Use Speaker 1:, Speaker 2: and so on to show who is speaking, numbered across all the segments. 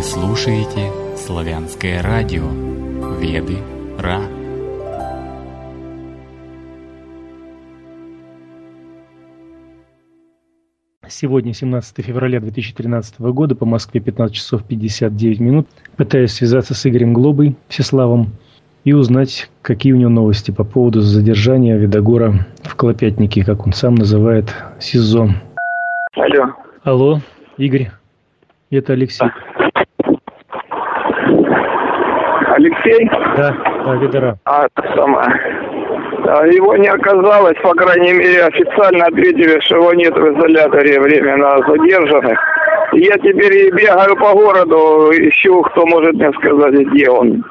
Speaker 1: слушаете «Славянское радио» Веды Ра.
Speaker 2: Сегодня, 17 февраля 2013 года, по Москве 15 часов 59 минут, пытаюсь связаться с Игорем Глобой, Всеславом, и узнать, какие у него новости по поводу задержания Видогора в Клопятнике, как он сам называет СИЗО.
Speaker 3: Алло.
Speaker 2: Алло, Игорь, это Алексей.
Speaker 3: Алексей?
Speaker 2: Да, да, Видора.
Speaker 3: А, это самое. А, Его не оказалось, по крайней мере, официально ответили, что его нет в изоляторе временно задержанных. И Я теперь и бегаю по городу, ищу, кто может мне сказать, где он.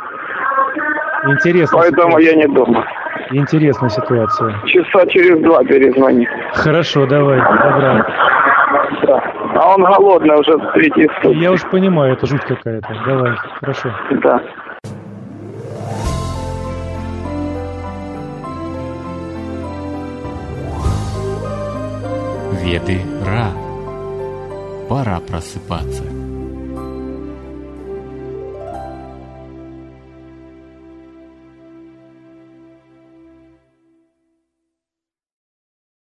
Speaker 2: Интересно.
Speaker 3: Поэтому я не дома.
Speaker 2: Интересная ситуация.
Speaker 3: Часа через два перезвони.
Speaker 2: Хорошо, давай, добра.
Speaker 3: Да. А он голодный уже третий сутки.
Speaker 2: Я уж понимаю, это жуть какая-то. Давай, хорошо.
Speaker 3: Да.
Speaker 1: Веды Ра. Пора просыпаться.